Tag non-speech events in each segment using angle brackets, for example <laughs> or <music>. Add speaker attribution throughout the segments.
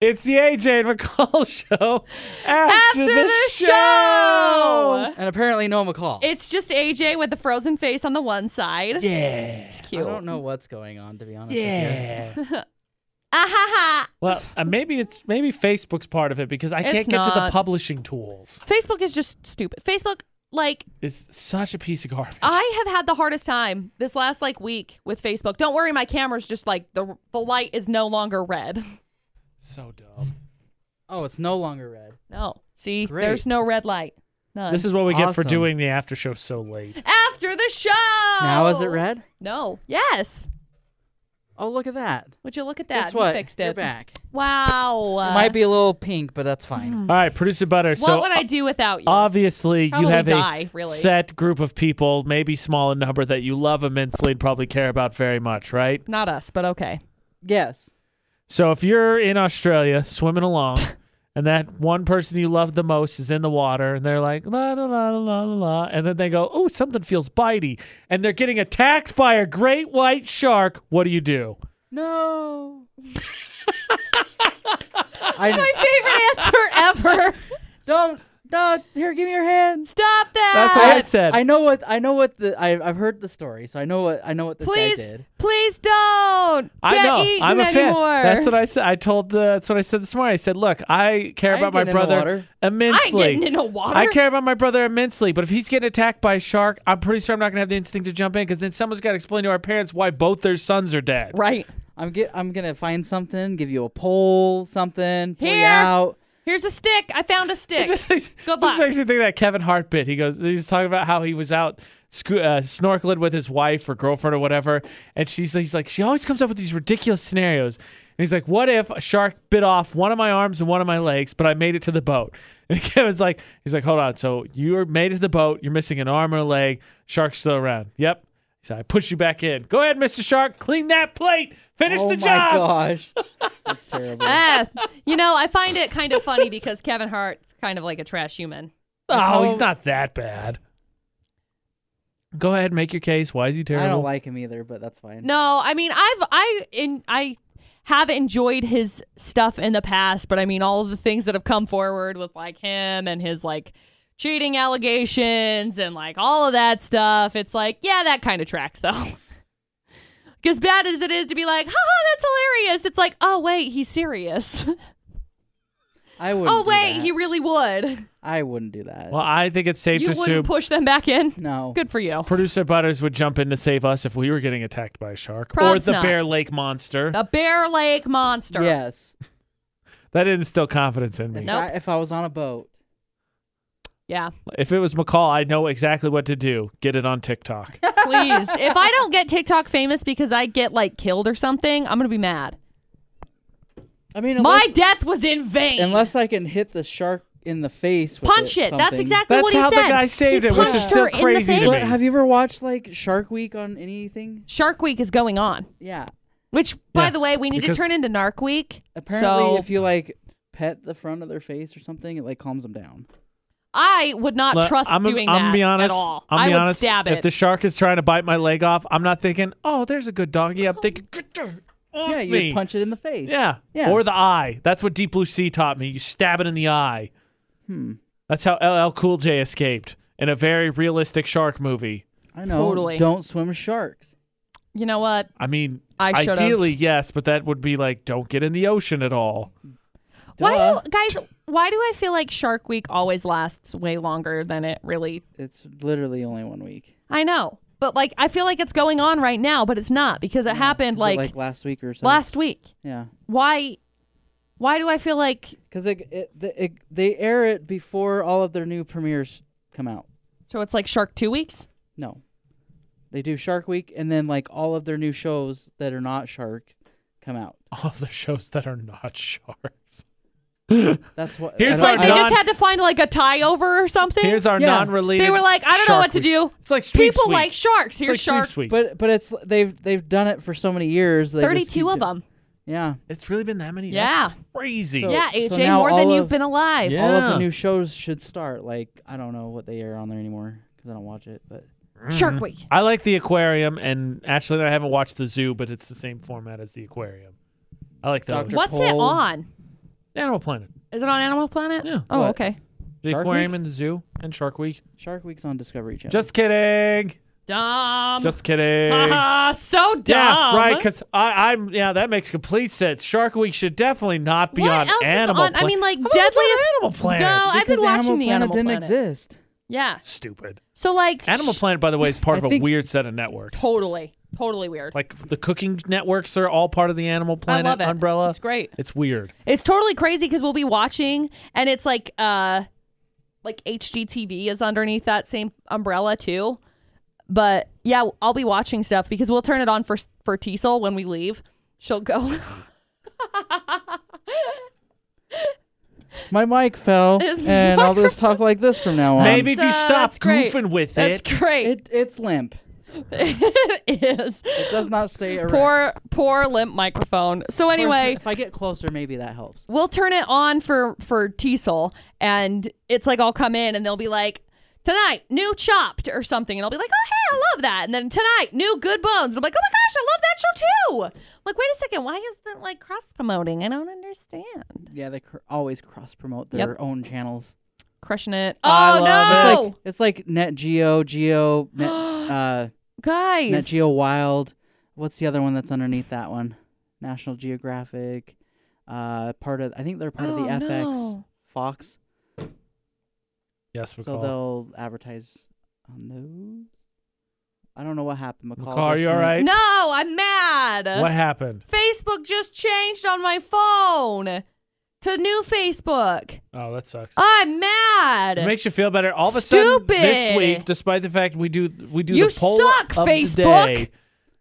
Speaker 1: It's the AJ and McCall show after,
Speaker 2: After the show!
Speaker 3: And apparently no McCall.
Speaker 2: It's just AJ with the frozen face on the one side.
Speaker 1: Yeah.
Speaker 2: It's
Speaker 3: I
Speaker 2: cute.
Speaker 3: don't know what's going on to be honest. with you.
Speaker 1: Yeah.
Speaker 2: Ah ha ha.
Speaker 1: well, uh, maybe it's maybe Facebook's part of it because I can't
Speaker 2: It's
Speaker 1: get to the
Speaker 2: not.
Speaker 1: publishing tools.
Speaker 2: Facebook is just stupid. Facebook, like,
Speaker 1: It's such a piece of garbage.
Speaker 2: I have had the hardest time this last like week with Facebook. Don't worry, my camera's just like the the light is no longer red. <laughs>
Speaker 1: so dumb.
Speaker 3: Oh, it's no longer red.
Speaker 2: No, see,
Speaker 3: Great.
Speaker 2: there's no red light. None.
Speaker 1: This is what we get for
Speaker 3: Awesome.
Speaker 1: doing the after show so late.
Speaker 2: after the show.
Speaker 3: Now is it
Speaker 2: Oh.
Speaker 3: red?
Speaker 2: No. Yes.
Speaker 3: Oh, look at that.
Speaker 2: Would you look at that?
Speaker 3: Guess
Speaker 2: You
Speaker 3: what?
Speaker 2: fixed
Speaker 3: You're
Speaker 2: it. Uh,
Speaker 3: back.
Speaker 2: Wow.
Speaker 3: it might be a little pink, but that's fine.
Speaker 2: Mm.
Speaker 1: All right, producer Butter.
Speaker 2: What
Speaker 1: so
Speaker 2: would I do without you?
Speaker 1: obviously you
Speaker 2: Probably
Speaker 1: have a
Speaker 2: die, really.
Speaker 1: set group of people, maybe small in number, that you love immensely and probably care about very much, right?
Speaker 2: Not us, but okay.
Speaker 3: Yes.
Speaker 1: So if you're in Australia swimming along
Speaker 2: <laughs>
Speaker 1: and that one person you love the most is in the water and they're like la la la la la la la and then they go, "Oh, something feels bitey." And they're getting attacked by a great white shark. What do you do?
Speaker 3: No. <laughs> I
Speaker 2: My favorite answer <laughs> ever.
Speaker 3: don't. No, here, give me your hands.
Speaker 2: Stop that.
Speaker 1: That's what I said.
Speaker 3: I know what I know what the I, I've heard the story, so I know what I know what this guy
Speaker 2: please,
Speaker 3: did.
Speaker 2: please don't.
Speaker 1: I
Speaker 2: get
Speaker 1: know.
Speaker 2: Eaten
Speaker 1: I'm a fan.
Speaker 2: anymore.
Speaker 1: That's what I said. I told. Uh, that's what I said this morning. I said, "Look, I care
Speaker 3: I ain't
Speaker 1: about my
Speaker 3: getting in the
Speaker 1: brother
Speaker 3: water.
Speaker 2: I ain't
Speaker 1: immensely.
Speaker 2: getting in the water.
Speaker 1: I care about my brother immensely, but if he's getting attacked by a shark, I'm pretty sure I'm not going to have the instinct to jump in because then someone's got to explain to our parents why both their sons are dead.
Speaker 2: Right.
Speaker 3: I'm get, I'm gonna find something, give you a pole, something, pull you
Speaker 2: Here.
Speaker 3: out.
Speaker 2: Here's a stick. I found a
Speaker 1: It
Speaker 2: stick.
Speaker 1: just makes,
Speaker 2: Good
Speaker 1: this
Speaker 2: luck.
Speaker 1: makes me think of that Kevin Hart bit. He goes, he's talking about how he was out sco- uh, snorkeling with his wife or girlfriend or whatever, and she's he's like, she always comes up with these ridiculous scenarios. And he's like, what if a shark bit off one of my arms and one of my legs, but I made it to the boat? <laughs> And Kevin's like, he's like, hold on, so you are made it to the boat, you're missing an arm or a leg, shark's still around. Yep. So I push you back in. Go ahead, Mr. Shark, clean that plate, finish
Speaker 3: oh
Speaker 1: the
Speaker 3: my
Speaker 1: job.
Speaker 2: <laughs>
Speaker 3: gosh, that's terrible.
Speaker 2: Ah, you know, I find it kind of funny because Kevin Hart's kind of like a trash human.
Speaker 1: Oh,
Speaker 3: Oh.
Speaker 1: he's not that bad. Go ahead, make your case. Why is he terrible?
Speaker 3: I don't like him either, but that's fine.
Speaker 2: No, I mean, I've I in I have enjoyed his stuff in the past, but I mean, all of the things that have come forward with like him and his like cheating allegations and like all of that stuff, it's like, yeah, that kind of tracks though. <laughs> As bad as it is to be like, haha, that's hilarious. It's like, oh wait, he's serious.
Speaker 3: I wouldn't.
Speaker 2: oh
Speaker 3: do
Speaker 2: wait,
Speaker 3: that.
Speaker 2: he really would.
Speaker 3: I wouldn't do that.
Speaker 1: Well, I think it's safe
Speaker 2: You
Speaker 1: to
Speaker 2: wouldn't
Speaker 1: assume
Speaker 2: push them back in.
Speaker 3: no.
Speaker 2: Good for you.
Speaker 1: producer Butters would jump in to save us if we were getting attacked by a shark or
Speaker 2: Probs
Speaker 1: the
Speaker 2: not.
Speaker 1: Bear Lake monster.
Speaker 2: The Bear Lake Monster.
Speaker 3: Yes.
Speaker 1: That didn't instill confidence in me.
Speaker 3: If,
Speaker 2: Nope.
Speaker 3: I, if I was on a boat,
Speaker 2: Yeah.
Speaker 1: If it was McCall, I know exactly what to do. Get it on TikTok.
Speaker 2: Please. if I don't get TikTok famous because I get like killed or something, I'm gonna be mad.
Speaker 3: I mean, unless,
Speaker 2: My death was in vain.
Speaker 3: unless I can hit the shark in the face. With
Speaker 2: punch it. That's
Speaker 3: something.
Speaker 2: exactly
Speaker 1: That's
Speaker 2: what he
Speaker 1: how the
Speaker 2: said.
Speaker 1: guy saved
Speaker 2: he
Speaker 1: it, which is
Speaker 2: punched
Speaker 1: still
Speaker 2: her in the
Speaker 1: crazy to
Speaker 2: face.
Speaker 1: me.
Speaker 3: But have you ever watched like Shark Week on anything?
Speaker 2: Shark Week is going on,
Speaker 3: Yeah.
Speaker 2: which, by
Speaker 1: Yeah,
Speaker 2: the way, we need
Speaker 1: because-
Speaker 2: to turn into Narc Week.
Speaker 3: Apparently,
Speaker 2: so
Speaker 3: if you like pet the front of their face or something, it like calms them down.
Speaker 2: I would not
Speaker 1: Look,
Speaker 2: trust
Speaker 1: I'm,
Speaker 2: doing
Speaker 1: I'm
Speaker 2: that
Speaker 1: gonna be honest.
Speaker 2: at all.
Speaker 1: I'm
Speaker 2: I
Speaker 1: gonna be
Speaker 2: would
Speaker 1: honest.
Speaker 2: stab
Speaker 1: if
Speaker 2: it.
Speaker 1: the shark is trying to bite my leg off, I'm not thinking, "Oh, there's a good doggy."
Speaker 2: <laughs>
Speaker 1: I'm thinking, "Get the off
Speaker 3: yeah, you
Speaker 1: me."
Speaker 3: would punch it in the face.
Speaker 1: Yeah.
Speaker 3: Yeah.
Speaker 1: Or the eye. That's what Deep Blue Sea taught me. You stab it in the eye.
Speaker 3: Hmm.
Speaker 1: That's how LL Cool J escaped in a very realistic shark movie.
Speaker 3: I know.
Speaker 2: Totally.
Speaker 3: Don't swim with sharks.
Speaker 2: you know what?
Speaker 1: I mean,
Speaker 2: I should've.
Speaker 1: ideally, yes, but that would be like, don't get in the ocean at all. <laughs>
Speaker 2: Why
Speaker 3: Duh.
Speaker 2: do guys? Why do I feel like Shark Week always lasts way longer than it really?
Speaker 3: It's literally only one week.
Speaker 2: I know, but like I feel like it's going on right now, but it's not because it happened
Speaker 3: Is it,
Speaker 2: like,
Speaker 3: like last week or so.
Speaker 2: last week.
Speaker 3: Yeah.
Speaker 2: Why? Why do I feel like
Speaker 3: Because it, it, the- it, they air it before all of their new premieres come out.
Speaker 2: so? It's like Shark Two Weeks.
Speaker 3: No. They do Shark Week and then like all of their new shows that are not shark come out.
Speaker 1: All the shows that are not sharks.
Speaker 3: That's what
Speaker 1: <laughs> Here's
Speaker 2: It's like
Speaker 3: I don't-
Speaker 1: our
Speaker 3: I
Speaker 2: they
Speaker 3: don't-
Speaker 2: just had to find like a tie over or something.
Speaker 1: Here's our
Speaker 3: Yeah.
Speaker 1: non-related.
Speaker 2: They were like, I don't know
Speaker 1: Shark
Speaker 2: what to
Speaker 1: Week.
Speaker 2: do.
Speaker 1: It's like sweeps
Speaker 2: People
Speaker 1: week.
Speaker 2: like sharks.
Speaker 1: It's
Speaker 2: Here's
Speaker 1: like
Speaker 2: shark.
Speaker 1: sweeps weeks.
Speaker 3: but but it's they've they've done it for so many years. they just keep
Speaker 2: Thirty-two of
Speaker 3: do-
Speaker 2: them.
Speaker 3: Yeah.
Speaker 1: it's really been that many.
Speaker 2: Yeah.
Speaker 1: That's crazy.
Speaker 3: So-
Speaker 2: yeah,
Speaker 3: so
Speaker 2: AJ,
Speaker 3: now
Speaker 2: more than
Speaker 3: all
Speaker 2: you've
Speaker 3: of-
Speaker 2: been alive.
Speaker 1: Yeah.
Speaker 3: All of the new shows should start. Like I don't know what they air on there anymore because I don't watch it. But
Speaker 2: Shark Week.
Speaker 1: I like the aquarium, and actually, I haven't watched the zoo, but it's the same format as the aquarium. I like those.
Speaker 3: Dr.
Speaker 2: What's it
Speaker 3: Pole.
Speaker 2: on?
Speaker 1: Animal Planet.
Speaker 2: Is it on Animal Planet?
Speaker 1: Yeah.
Speaker 2: Oh,
Speaker 3: What?
Speaker 2: okay.
Speaker 1: The
Speaker 3: Shark
Speaker 1: aquarium
Speaker 3: Week?
Speaker 1: and the zoo and Shark Week.
Speaker 3: Shark Week's on Discovery Channel.
Speaker 1: Just kidding.
Speaker 2: Dumb.
Speaker 1: Just <laughs> kidding.
Speaker 2: Haha, so dumb.
Speaker 1: Yeah, right. Because I'm. Yeah, that makes complete sense. Shark Week should definitely not be
Speaker 2: What
Speaker 1: on
Speaker 2: else is
Speaker 1: Animal
Speaker 2: on- I
Speaker 1: Planet.
Speaker 2: mean, like,
Speaker 1: How about it's on
Speaker 2: Deadliest-
Speaker 1: Animal Planet.
Speaker 2: No, I've been
Speaker 3: Because
Speaker 2: watching the Animal
Speaker 3: didn't
Speaker 2: Planet.
Speaker 3: exist.
Speaker 2: Yeah.
Speaker 1: Stupid.
Speaker 2: So like
Speaker 1: Animal
Speaker 2: sh-
Speaker 1: Planet, by the way, is part
Speaker 3: I
Speaker 1: of a
Speaker 3: think-
Speaker 1: weird set of networks.
Speaker 2: Totally, totally weird.
Speaker 1: Like the cooking networks are all part of the Animal Planet
Speaker 2: I love it.
Speaker 1: umbrella.
Speaker 2: It's great.
Speaker 1: It's weird.
Speaker 2: It's totally crazy because we'll be watching, and it's like uh, like HGTV is underneath that same umbrella too. But yeah, I'll be watching stuff because we'll turn it on for for Teasel when we leave. She'll go. <laughs>
Speaker 3: My mic
Speaker 2: <laughs>
Speaker 3: fell,
Speaker 2: His
Speaker 3: and I'll just talk like this from now
Speaker 1: <laughs>
Speaker 3: on.
Speaker 1: Maybe if you
Speaker 2: So
Speaker 1: stop
Speaker 2: that's great.
Speaker 1: goofing with
Speaker 2: That's
Speaker 1: it.
Speaker 2: great.
Speaker 3: It, it's limp.
Speaker 2: <laughs> it is.
Speaker 3: It does not stay erect.
Speaker 2: Poor, poor limp microphone. So
Speaker 3: Of course,
Speaker 2: anyway,
Speaker 3: if I get closer, maybe that helps.
Speaker 2: we'll turn it on for for Teasel, and it's like I'll come in and they'll be like, tonight new Chopped or something, and I'll be like, oh hey, I love that, and then tonight new Good Bones, and I'm like, oh my gosh, I love that show too. I'm like, wait a second, why is that like cross promoting? I don't understand.
Speaker 3: Yeah, they cr- always cross promote
Speaker 2: Yep.
Speaker 3: their own channels.
Speaker 2: Crushing it. Oh
Speaker 1: I love
Speaker 2: no,
Speaker 3: It's like, it's like Net Geo, Geo, Net,
Speaker 2: <gasps>
Speaker 3: uh,
Speaker 2: guys.
Speaker 3: Net Geo Wild. What's the other one that's underneath that one? National Geographic. Uh, part of I think they're part of
Speaker 2: Oh,
Speaker 3: the FX
Speaker 2: no.
Speaker 3: Fox,
Speaker 1: Yes, McCall.
Speaker 3: so they'll advertise on those. I don't know what happened. McCall,
Speaker 1: McCall, are
Speaker 3: just
Speaker 1: you all
Speaker 3: went-
Speaker 1: right?
Speaker 2: no, I'm mad.
Speaker 1: What happened?
Speaker 2: Facebook just changed on my phone to new Facebook.
Speaker 1: Oh, that sucks.
Speaker 2: I'm mad.
Speaker 1: It makes you feel better. All of a sudden, this
Speaker 2: Stupid.
Speaker 1: week, despite the fact we do we do
Speaker 2: You
Speaker 1: the poll
Speaker 2: suck,
Speaker 1: of the
Speaker 2: Facebook.
Speaker 1: day,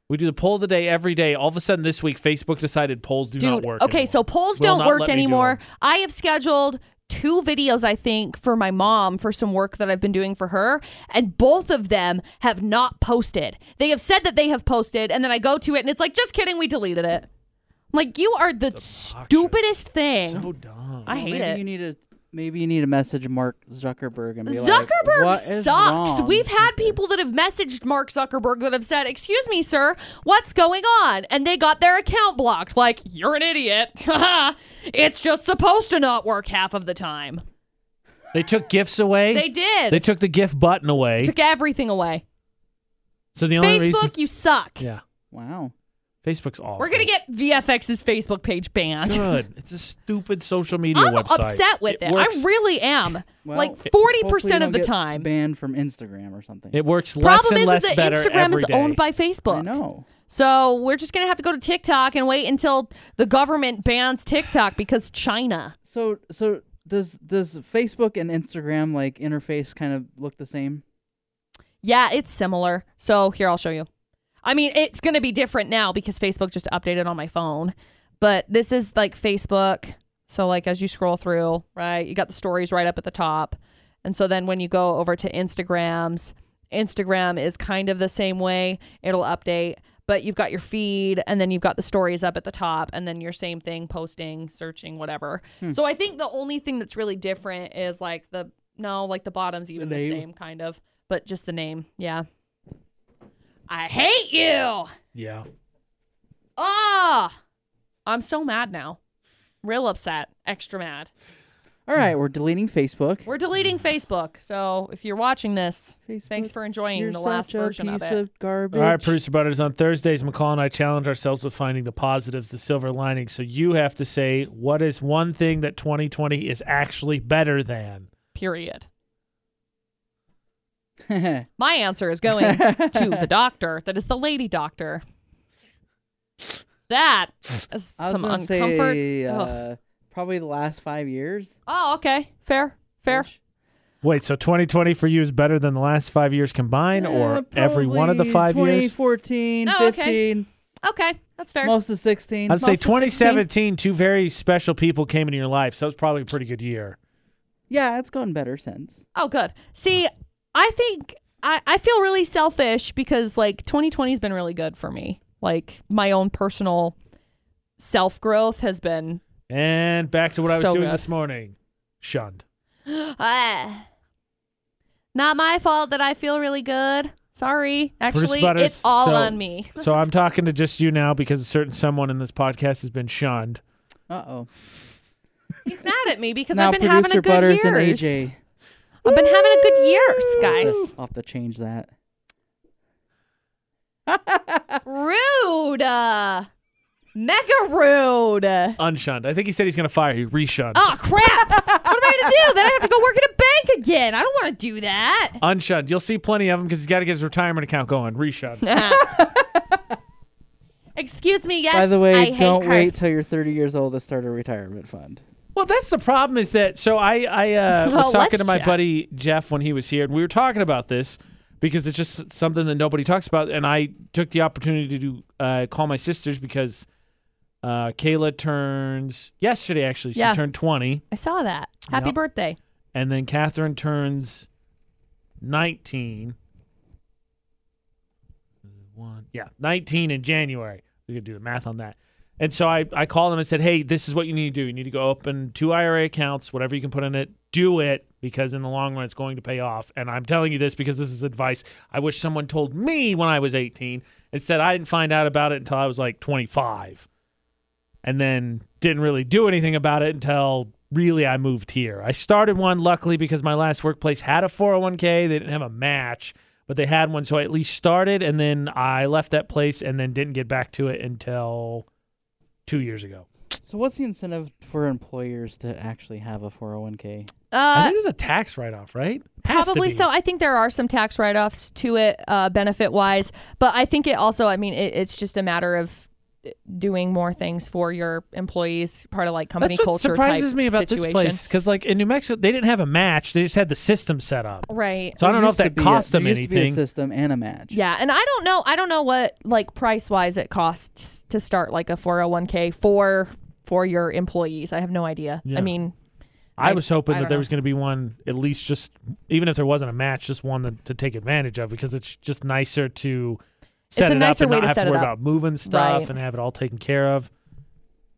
Speaker 1: we do the poll of the day every day. All of a sudden, this week, Facebook decided polls do
Speaker 2: Dude,
Speaker 1: not work.
Speaker 2: okay,
Speaker 1: anymore.
Speaker 2: so polls
Speaker 1: Will
Speaker 2: don't
Speaker 1: not
Speaker 2: work
Speaker 1: let me do
Speaker 2: anymore.
Speaker 1: 'em.
Speaker 2: I have scheduled two videos, I think, for my mom for some work that I've been doing for her, and both of them have not posted. They have said that they have posted, and then I go to it and it's like, just kidding, we deleted it. I'm like, you are the stupidest thing.
Speaker 1: so dumb.
Speaker 2: I
Speaker 3: Well,
Speaker 2: hate
Speaker 3: maybe
Speaker 2: it.
Speaker 3: you need to maybe you need to message Mark Zuckerberg and be like,
Speaker 2: Zuckerberg
Speaker 3: "What is
Speaker 2: sucks.
Speaker 3: wrong
Speaker 2: We've
Speaker 3: with
Speaker 2: had
Speaker 3: you?"
Speaker 2: people that have messaged Mark Zuckerberg that have said, "Excuse me, sir, what's going on?" and they got their account blocked. Like, you're an idiot. <laughs> it's just supposed to not work half of the time.
Speaker 1: they took gifts away.
Speaker 2: They did.
Speaker 1: They took the gift button away.
Speaker 2: took everything away.
Speaker 1: so the only
Speaker 2: Facebook,
Speaker 1: reason,
Speaker 2: you suck.
Speaker 1: yeah,
Speaker 3: Wow.
Speaker 1: Facebook's awful.
Speaker 2: We're gonna get VFX's Facebook page banned.
Speaker 1: good. It's a stupid social media
Speaker 2: I'm
Speaker 1: website.
Speaker 2: upset with it.
Speaker 1: works-
Speaker 2: I really am.
Speaker 3: Well,
Speaker 2: like
Speaker 3: hopefully
Speaker 2: 40% of the
Speaker 3: get
Speaker 2: time.
Speaker 3: banned from Instagram or something.
Speaker 1: it works less
Speaker 2: Problem
Speaker 1: and
Speaker 2: is,
Speaker 1: less
Speaker 2: is that
Speaker 1: better
Speaker 2: Instagram
Speaker 1: every
Speaker 2: is
Speaker 1: day.
Speaker 2: owned by
Speaker 3: I
Speaker 2: Facebook.
Speaker 3: know.
Speaker 2: So we're just gonna have to go to TikTok and wait until the government bans TikTok because China.
Speaker 3: So so does does Facebook and Instagram like interface kind of look the same?
Speaker 2: Yeah, it's similar. So here I'll show you. I mean, it's gonna be different now because Facebook just updated on my phone. But this is like Facebook. So like as you scroll through, right, you got the stories right up at the top. And so then when you go over to Instagrams, Instagram is kind of the same way. It'll update, but you've got your feed and then you've got the stories up at the top and then your same thing posting, searching, whatever. So I think the only thing that's really different is like the no, like the bottom's even the,
Speaker 3: name.
Speaker 2: same kind of, but just the name. Yeah. I hate you.
Speaker 1: yeah.
Speaker 2: Ah. I'm so mad now. Real upset, extra mad.
Speaker 3: All right, we're deleting Facebook.
Speaker 2: We're deleting
Speaker 3: Mm.
Speaker 2: Facebook. So if you're watching this,
Speaker 3: Facebook,
Speaker 2: thanks for enjoying
Speaker 3: You're
Speaker 2: the
Speaker 3: such
Speaker 2: last
Speaker 3: a
Speaker 2: version
Speaker 3: piece
Speaker 2: of it.
Speaker 3: garbage.
Speaker 1: All right,
Speaker 3: <laughs>
Speaker 1: producer butters. On Thursdays, McCall and I challenge ourselves with finding the positives, the silver lining. So you have to say what is one thing that 2020 is actually better than.
Speaker 2: period.
Speaker 3: All
Speaker 2: My answer is
Speaker 3: <laughs>
Speaker 2: going to the doctor. That is the lady doctor. That is
Speaker 3: I was
Speaker 2: some
Speaker 3: gonna
Speaker 2: uncomfort.
Speaker 3: say,
Speaker 2: Ugh.
Speaker 3: uh, probably the last five years.
Speaker 2: Oh, okay. Fair. Fair.
Speaker 3: ish.
Speaker 1: Wait, so 2020 for you is better than the last five years combined,
Speaker 3: Eh,
Speaker 1: or every one of the
Speaker 3: probably
Speaker 1: five years?
Speaker 3: 2014,
Speaker 2: Oh, okay.
Speaker 3: 15,
Speaker 2: Okay. That's fair.
Speaker 3: most of 16.
Speaker 1: I'd say
Speaker 2: Most of
Speaker 1: 2017. Two very special people came into your life, so that was probably a pretty good year.
Speaker 3: yeah, it's gotten better since.
Speaker 2: Oh, good. See, I think I, I feel really selfish because like 2020 has been really good for me. Like my own personal self growth has been. <sighs>
Speaker 1: And back to what I was
Speaker 2: So
Speaker 1: doing
Speaker 2: good.
Speaker 1: this morning, shunned.
Speaker 2: Ah. not my fault that I feel really good. Sorry. Actually,
Speaker 1: Butters,
Speaker 2: it's all
Speaker 1: so-
Speaker 2: on me.
Speaker 1: so I'm talking to just you now because a certain someone in this podcast has been shunned.
Speaker 3: Uh oh.
Speaker 2: at me because
Speaker 3: now
Speaker 2: I've been having
Speaker 3: producer
Speaker 2: a good
Speaker 3: Butters
Speaker 2: year.
Speaker 3: and AJ.
Speaker 2: I've been having a good years,
Speaker 3: I'll
Speaker 2: guys.
Speaker 3: have to change that.
Speaker 2: Rude. Uh,
Speaker 3: <laughs>
Speaker 2: mega rude.
Speaker 1: Unshunned. I think he said he's gonna fire you. Reshunned.
Speaker 2: Oh, crap. what am I going to do? Then I have to go work at a bank again. I don't want to do that. <laughs>
Speaker 1: Unshunned. You'll see plenty of him because he's got to get his retirement account going.
Speaker 2: <laughs>
Speaker 1: Reshunned.
Speaker 2: Excuse me, yes.
Speaker 3: By the
Speaker 2: I
Speaker 3: way,
Speaker 2: hate
Speaker 3: don't
Speaker 2: her.
Speaker 3: wait till you're 30 years old to start a retirement fund.
Speaker 1: well, that's the problem is that so I I
Speaker 2: <laughs>
Speaker 1: uh,
Speaker 2: Well,
Speaker 1: was talking
Speaker 2: let's
Speaker 1: to my
Speaker 2: chat.
Speaker 1: buddy Jeff when he was here, and we were talking about this because it's just something that nobody talks about, and I took the opportunity to uh, call my sisters because uh, Kayla turns yesterday actually she
Speaker 2: Yeah.
Speaker 1: turned twenty,
Speaker 2: I saw that. Happy
Speaker 1: Yep.
Speaker 2: birthday.
Speaker 1: and then Catherine turns nineteen. One, yeah, nineteen in January. We could do the math on that. And so I, I called them and said, hey, this is what you need to do. You need to go open two IRA accounts, whatever you can put in it, do it because in the long run it's going to pay off. And I'm telling you this because this is advice I wish someone told me when I was 18. Instead, I didn't find out about it until I was like 25 and then didn't really do anything about it until really I moved here. I started one luckily because my last workplace had a 401k. They didn't have a match, but they had one. So I at least started and then I left that place and then didn't get back to it until two years ago.
Speaker 3: So, what's the incentive for employers to actually have a 401k?
Speaker 1: I
Speaker 2: Uh,
Speaker 1: think there's a tax write off, right? Has to
Speaker 2: probably
Speaker 1: be.
Speaker 2: so. I think there are some tax write offs to it, uh, benefit wise. But I think it also, I mean, it, it's just a matter of uh, doing more things for your employees, part of like company
Speaker 1: That's what
Speaker 2: culture.
Speaker 1: surprises
Speaker 2: type
Speaker 1: me about
Speaker 2: situation.
Speaker 1: this place because, like in New Mexico, they didn't have a match; they just had the system set up.
Speaker 2: Right.
Speaker 1: So I don't
Speaker 3: Oh, There
Speaker 1: know if
Speaker 3: used to
Speaker 1: that
Speaker 3: be a-
Speaker 1: cost
Speaker 3: there
Speaker 1: them
Speaker 3: used to be a
Speaker 1: anything.
Speaker 3: system and a match.
Speaker 2: Yeah, and I don't know. I don't know what like price wise it costs to start like a four hundred one k for for your employees. I have no idea.
Speaker 1: Yeah.
Speaker 2: I mean,
Speaker 1: I
Speaker 2: I-
Speaker 1: was hoping
Speaker 2: I
Speaker 1: that
Speaker 2: don't
Speaker 1: there
Speaker 2: know.
Speaker 1: was going to be one, at least just even if there wasn't a match, just one that, to take advantage of because it's just nicer to set
Speaker 2: a
Speaker 1: it
Speaker 2: nicer
Speaker 1: up
Speaker 2: way
Speaker 1: and
Speaker 2: to
Speaker 1: not have
Speaker 2: set
Speaker 1: to
Speaker 2: it
Speaker 1: worry
Speaker 2: up.
Speaker 1: about moving stuff
Speaker 2: Right.
Speaker 1: and have it all taken care of.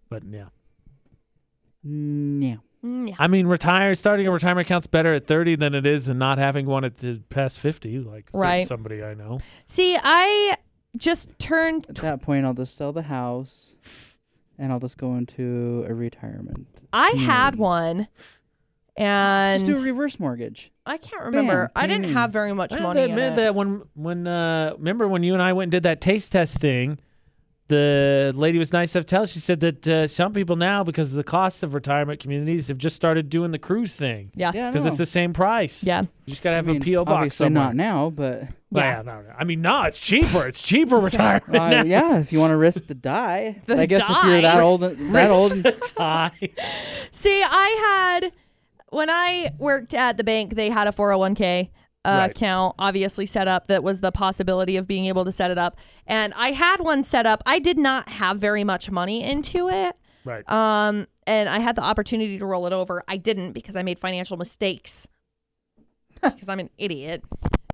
Speaker 1: But yeah,
Speaker 3: No.
Speaker 2: mm,
Speaker 1: I mean, retire starting a retirement account's better at thirty than it is and not having one at the past fifty. Like s-
Speaker 2: Right.
Speaker 1: somebody I know.
Speaker 2: see, I just turned.
Speaker 3: At that point, I'll just sell the house and I'll just go into a retirement.
Speaker 2: I
Speaker 3: Hmm.
Speaker 2: had one,
Speaker 3: just do a
Speaker 2: and
Speaker 3: reverse mortgage.
Speaker 2: I can't remember.
Speaker 3: Bam.
Speaker 2: I didn't
Speaker 3: Hmm.
Speaker 2: have very much
Speaker 1: Well,
Speaker 2: money.
Speaker 1: they
Speaker 2: in
Speaker 1: admit
Speaker 2: it.
Speaker 1: that when when uh, remember when you and I went and did that taste test thing, the lady was nice enough to tell. us, She said that uh, some people now, because of the cost of retirement communities, have just started doing the cruise thing
Speaker 2: Yeah. yeah.
Speaker 3: Yeah, I
Speaker 1: because
Speaker 3: know.
Speaker 1: it's the same price. you just gotta have
Speaker 3: I mean,
Speaker 1: a PO box
Speaker 3: obviously
Speaker 1: somewhere.
Speaker 3: not
Speaker 1: <laughs>
Speaker 3: now, but
Speaker 1: Well,
Speaker 2: Yeah.
Speaker 1: no, no. I mean, no, it's cheaper. It's
Speaker 3: <laughs>
Speaker 1: cheaper retirement.
Speaker 3: uh,
Speaker 1: now. <laughs>
Speaker 3: yeah, if you want to risk the die,
Speaker 2: <laughs> The
Speaker 3: I guess if you're that
Speaker 2: die.
Speaker 3: old, that old, <laughs>
Speaker 1: Tie.
Speaker 2: See, I had when I worked at the bank, they had a 401k uh,
Speaker 1: Right.
Speaker 2: account obviously set up that was the possibility of being able to set it up. And I had one set up. I did not have very much money into it.
Speaker 1: Right.
Speaker 2: Um and I had the opportunity to roll it over. I didn't because I made financial
Speaker 3: <laughs>
Speaker 2: mistakes. because I'm an idiot.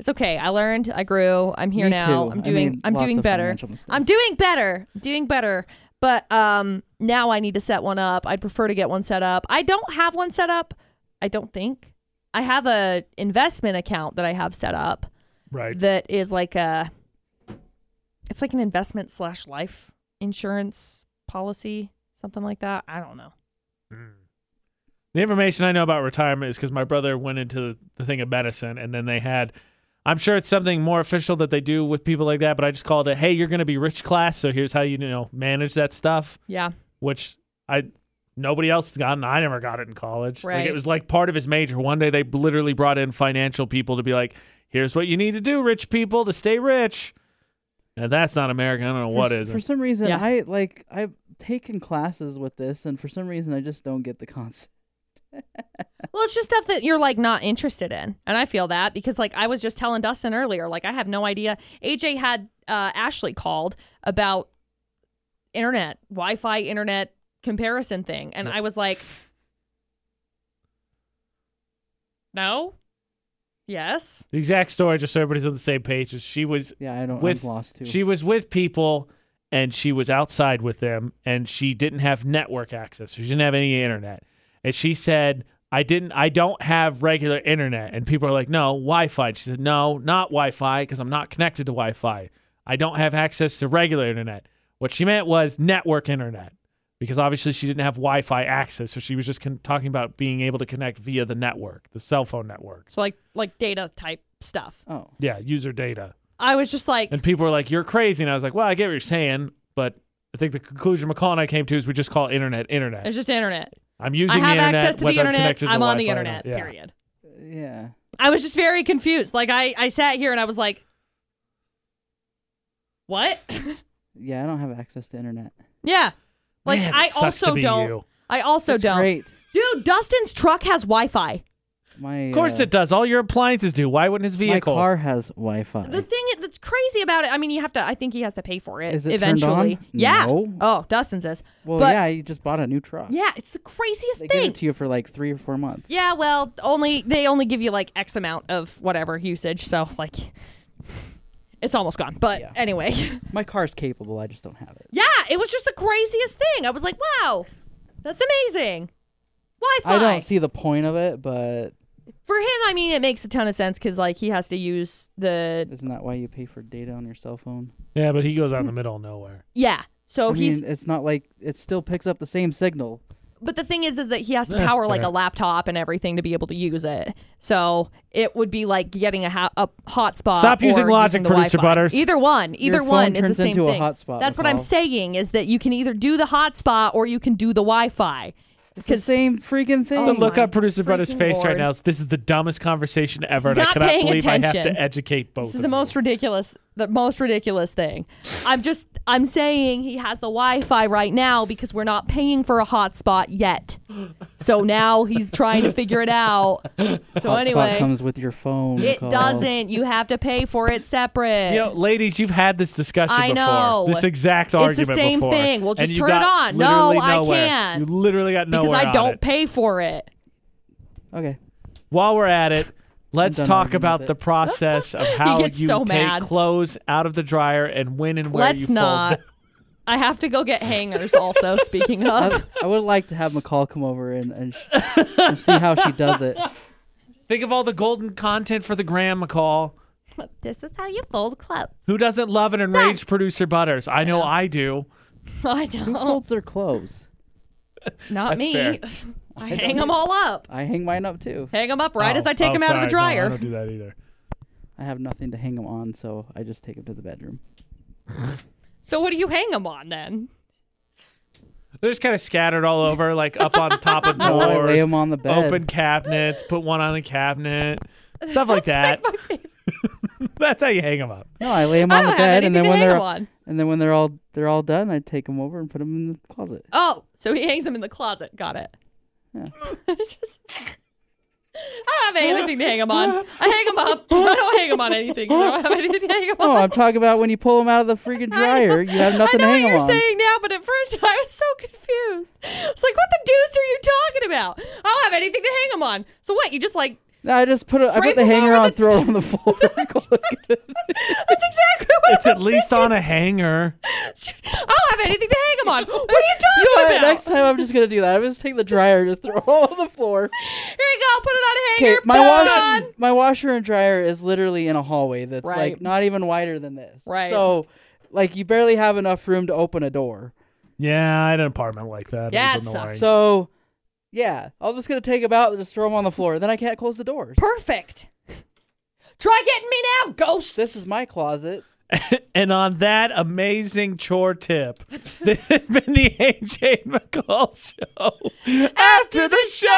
Speaker 2: It's okay. I learned, I grew. I'm <laughs> here
Speaker 3: Me
Speaker 2: now.
Speaker 3: too.
Speaker 2: I'm
Speaker 3: I
Speaker 2: doing
Speaker 3: made
Speaker 2: I'm
Speaker 3: lots
Speaker 2: doing
Speaker 3: of
Speaker 2: better.
Speaker 3: financial mistakes.
Speaker 2: I'm doing better. Doing better. But um now I need to set one up. I'd prefer to get one set up. I don't have one set up. I don't think. I have a investment account that I have set up
Speaker 1: right.
Speaker 2: that is like a it's like an investment slash life insurance policy, something like that. I don't know.
Speaker 1: Mm. The information I know about retirement is because my brother went into the thing of medicine, and then they had. I'm sure it's something more official that they do with people like that, but I just called it, "Hey, you're going to be rich class, so here's how you, you know manage that stuff,"
Speaker 2: Yeah.
Speaker 1: which I nobody else has gotten. I never got it in college. Like it
Speaker 2: Right.
Speaker 1: was like part of his major. One day they literally brought in financial people to be like, "Here's what you need to do, rich people, to stay rich." Now that's not American. I don't know what
Speaker 3: for, s-
Speaker 1: is.
Speaker 3: For some reason,
Speaker 2: Yeah.
Speaker 3: I like I've taken classes with this, and for some reason, I just don't get the concept. <laughs>
Speaker 2: Well, it's just stuff that you're like not interested in. And I feel that because like I was just telling Dustin earlier, like I have no idea. AJ had uh, Ashley called about internet, Wi Fi internet comparison thing. And
Speaker 1: Yeah.
Speaker 2: I was like, no? Yes?
Speaker 1: The exact story, just so everybody's on the same page, is she was
Speaker 3: Yeah, I don't.
Speaker 1: With-
Speaker 3: I've lost too.
Speaker 1: She was with people and she was outside with them and she didn't have network access. She didn't have any internet. And she said, I didn't I don't have regular internet. And people are like, No, Wi Fi. She said, No, not Wi Fi, because I'm not connected to Wi Fi. I don't have access to regular internet. What she meant was network internet. because obviously she didn't have Wi-Fi access, so she was just con- talking about being able to connect via the network, the cell phone network.
Speaker 2: So like like data type stuff.
Speaker 3: Oh,
Speaker 1: Yeah, user data.
Speaker 2: I was just like,
Speaker 1: And people were like, "You're crazy," and I was like, "Well, I get what you're saying, but I think the conclusion McCall and I came to is we just call internet internet.
Speaker 2: it's just internet.
Speaker 1: I'm using
Speaker 2: I have
Speaker 1: the internet,
Speaker 2: access to the
Speaker 1: whether I'm
Speaker 2: internet.
Speaker 1: connected to
Speaker 2: I'm on the
Speaker 1: Wi-Fi or not."
Speaker 2: internet.
Speaker 1: Yeah.
Speaker 2: Period.
Speaker 3: yeah.
Speaker 2: I was just very confused. Like I I sat here and I was like, what? <laughs>
Speaker 3: Yeah, I don't have access to internet.
Speaker 2: yeah. Like
Speaker 1: Man, it
Speaker 2: I
Speaker 1: sucks to
Speaker 2: also
Speaker 1: be
Speaker 2: don't.
Speaker 1: you.
Speaker 2: I also
Speaker 3: It's
Speaker 2: don't.
Speaker 3: Great.
Speaker 2: Dude, Dustin's truck has Wi-Fi.
Speaker 3: My
Speaker 1: Of course
Speaker 3: uh,
Speaker 1: it does. All your appliances do. Why wouldn't his
Speaker 3: My
Speaker 1: vehicle?
Speaker 3: car has Wi-Fi.
Speaker 2: The thing that's crazy about it, I mean, you have to. I think he has to pay for it
Speaker 3: Is it turned
Speaker 2: eventually.
Speaker 3: on?
Speaker 2: Yeah.
Speaker 3: No.
Speaker 2: Oh, Dustin says.
Speaker 3: well,
Speaker 2: but-
Speaker 3: yeah, you just bought a new truck.
Speaker 2: Yeah, it's the craziest
Speaker 3: They give
Speaker 2: thing.
Speaker 3: it to you for like three or four months.
Speaker 2: Yeah, well, only they only give you like X amount of whatever usage, so like it's almost gone. But
Speaker 3: Yeah.
Speaker 2: anyway, <laughs>
Speaker 3: My car's capable. I just don't have it.
Speaker 2: yeah, it was just the craziest thing. I was like, wow, that's amazing. Wi-Fi.
Speaker 3: I don't see the point of it, but
Speaker 2: For him, I mean, it makes a ton of sense because like he has to use the
Speaker 3: isn't that why you pay for data on your cell phone?
Speaker 1: Yeah, but he goes out in the middle of nowhere.
Speaker 2: yeah. So
Speaker 3: I mean,
Speaker 2: Oh, he's
Speaker 3: it's not like it still picks up the same signal.
Speaker 2: but the thing is is that he has to
Speaker 1: Eh,
Speaker 2: power like
Speaker 1: fair.
Speaker 2: a laptop and everything to be able to use it. So it would be like getting a, ho- a hotspot.
Speaker 1: Stop
Speaker 2: or
Speaker 1: using logic,
Speaker 2: the
Speaker 1: producer
Speaker 2: Wi-Fi.
Speaker 1: Butters.
Speaker 2: Either one, either
Speaker 3: Your phone
Speaker 2: one is the
Speaker 3: turns
Speaker 2: same
Speaker 3: into a
Speaker 2: thing.
Speaker 3: hotspot,
Speaker 2: That's what I'm
Speaker 3: Nicole.
Speaker 2: saying is that you can either do the hotspot or you can do the Wi-Fi.
Speaker 3: It's the
Speaker 2: 'Cause-
Speaker 3: same freaking thing.
Speaker 2: Oh
Speaker 1: the look
Speaker 2: my
Speaker 1: up producer brother's
Speaker 2: freaking
Speaker 1: face
Speaker 2: lord.
Speaker 1: right now is this is the dumbest conversation ever,
Speaker 2: He's
Speaker 1: and I
Speaker 2: not
Speaker 1: cannot
Speaker 2: paying
Speaker 1: believe I have
Speaker 2: attention.
Speaker 1: to educate both.
Speaker 2: This is
Speaker 1: of
Speaker 2: the
Speaker 1: you.
Speaker 2: most ridiculous, the most ridiculous thing. I'm just, I'm saying he has the Wi-Fi right now because we're not paying for a hotspot yet. So now he's trying to figure it out. So
Speaker 3: Hotspot
Speaker 2: anyway,
Speaker 3: comes with your phone.
Speaker 2: it
Speaker 3: Nicole.
Speaker 2: doesn't. You have to pay for it separate.
Speaker 1: You know, ladies, you've had this discussion
Speaker 2: I
Speaker 1: before.
Speaker 2: know.
Speaker 1: This exact
Speaker 2: the
Speaker 1: argument
Speaker 2: same
Speaker 1: before.
Speaker 2: thing. Well,
Speaker 1: and
Speaker 2: just
Speaker 1: you
Speaker 2: turn it
Speaker 1: got
Speaker 2: on. No,
Speaker 1: literally
Speaker 2: I
Speaker 1: nowhere.
Speaker 2: can't.
Speaker 1: You literally got
Speaker 2: because
Speaker 1: nowhere
Speaker 2: I
Speaker 1: on
Speaker 2: don't
Speaker 1: it.
Speaker 2: pay for it.
Speaker 3: Okay.
Speaker 1: While we're at it, let's
Speaker 3: done
Speaker 1: talk
Speaker 3: arguing
Speaker 1: about
Speaker 3: with
Speaker 1: the
Speaker 2: <laughs>
Speaker 3: it.
Speaker 1: process of how you
Speaker 2: gets so
Speaker 1: take
Speaker 2: mad.
Speaker 1: clothes out of the dryer and when and where you
Speaker 2: Let's
Speaker 1: fold
Speaker 2: not.
Speaker 1: them.
Speaker 2: I have to go get hangers also, speaking of.
Speaker 3: I, I would like to have McCall come over and and, sh- and see how she
Speaker 2: <laughs>
Speaker 3: does it.
Speaker 1: Think of all the golden content for the gram, McCall.
Speaker 2: <laughs> This is how you fold clothes.
Speaker 1: Who doesn't love and enrage producer Butters? I know I do.
Speaker 2: <laughs> I
Speaker 3: Who
Speaker 2: don't.
Speaker 3: folds their clothes?
Speaker 2: Not
Speaker 1: That's
Speaker 2: me.
Speaker 1: fair.
Speaker 2: <laughs> I,
Speaker 3: I
Speaker 2: hang
Speaker 3: don't
Speaker 2: them all up.
Speaker 3: I hang mine up too.
Speaker 2: Hang them up right
Speaker 1: Oh,
Speaker 2: as I take
Speaker 1: oh,
Speaker 2: them out of the
Speaker 1: sorry. No,
Speaker 2: dryer.
Speaker 1: I don't do that either.
Speaker 3: I have nothing to hang them on, so I just take them to the bedroom.
Speaker 2: so what do you hang them on then? <laughs>
Speaker 1: They're just kind of scattered all over, like up on top
Speaker 2: <laughs>
Speaker 1: of
Speaker 3: No, I lay
Speaker 1: doors,
Speaker 3: them on the bed.
Speaker 1: open cabinets, put one on the cabinet, stuff
Speaker 2: <laughs>
Speaker 1: like that. <laughs>
Speaker 2: That's like my favorite.
Speaker 1: That's how you hang them
Speaker 2: <laughs>
Speaker 1: up.
Speaker 3: No, I lay them
Speaker 2: I
Speaker 3: on the
Speaker 2: don't have
Speaker 3: bed,
Speaker 2: anything
Speaker 3: and then
Speaker 2: to
Speaker 3: when
Speaker 2: hang
Speaker 3: they're
Speaker 2: them on.
Speaker 3: and then when they're all they're all done, I take them over and put them in the closet.
Speaker 2: Oh, so he hangs them in the closet. Got it.
Speaker 3: Yeah.
Speaker 2: <laughs> Just- I don't have anything to hang them on. I hang them up. I don't hang them on anything. 'cause I don't have anything to hang them on.
Speaker 3: No, I'm talking about when you pull them out of the freaking
Speaker 2: <laughs> I know-
Speaker 3: Oh, dryer, you have nothing
Speaker 2: I know
Speaker 3: to hang
Speaker 2: what
Speaker 3: them
Speaker 2: you're
Speaker 3: on.
Speaker 2: saying now, but at first <laughs> I was so confused. It's like, what the deuce are you talking about? I don't have anything to hang them on. So what? You just like <laughs>
Speaker 3: No, I just put a, I
Speaker 2: Drape
Speaker 3: put the
Speaker 2: them
Speaker 3: hanger
Speaker 2: over
Speaker 3: on,
Speaker 2: the-
Speaker 3: throw
Speaker 2: <laughs>
Speaker 3: it on the floor. <laughs>
Speaker 2: that's exactly what
Speaker 1: It's
Speaker 2: I
Speaker 1: at
Speaker 2: was
Speaker 1: least on a hanger.
Speaker 2: thinking. <laughs> I don't have anything to hang them on. What are you talking
Speaker 3: you know what?
Speaker 2: about?
Speaker 3: Next time I'm just gonna do that. I'm just take the dryer, and just throw it all on the floor.
Speaker 2: Here you go. Put it on a
Speaker 3: Okay,
Speaker 2: hanger.
Speaker 3: my
Speaker 2: put it
Speaker 3: washer
Speaker 2: on.
Speaker 3: my washer and dryer is literally in a hallway that's
Speaker 2: Right.
Speaker 3: like not even wider than this.
Speaker 2: Right.
Speaker 3: So, like you barely have enough room to open a door.
Speaker 1: Yeah, I had an apartment like that.
Speaker 2: Yeah,
Speaker 1: it was
Speaker 2: it sucks.
Speaker 1: annoying.
Speaker 3: So, yeah, I'm just gonna take them out and just throw them on the floor. Then I can't close the doors.
Speaker 2: Perfect. Try getting me now, ghost.
Speaker 3: This is my closet.
Speaker 1: and on that amazing chore <laughs> tip, this has been the AJ McCall Show.
Speaker 2: After the show.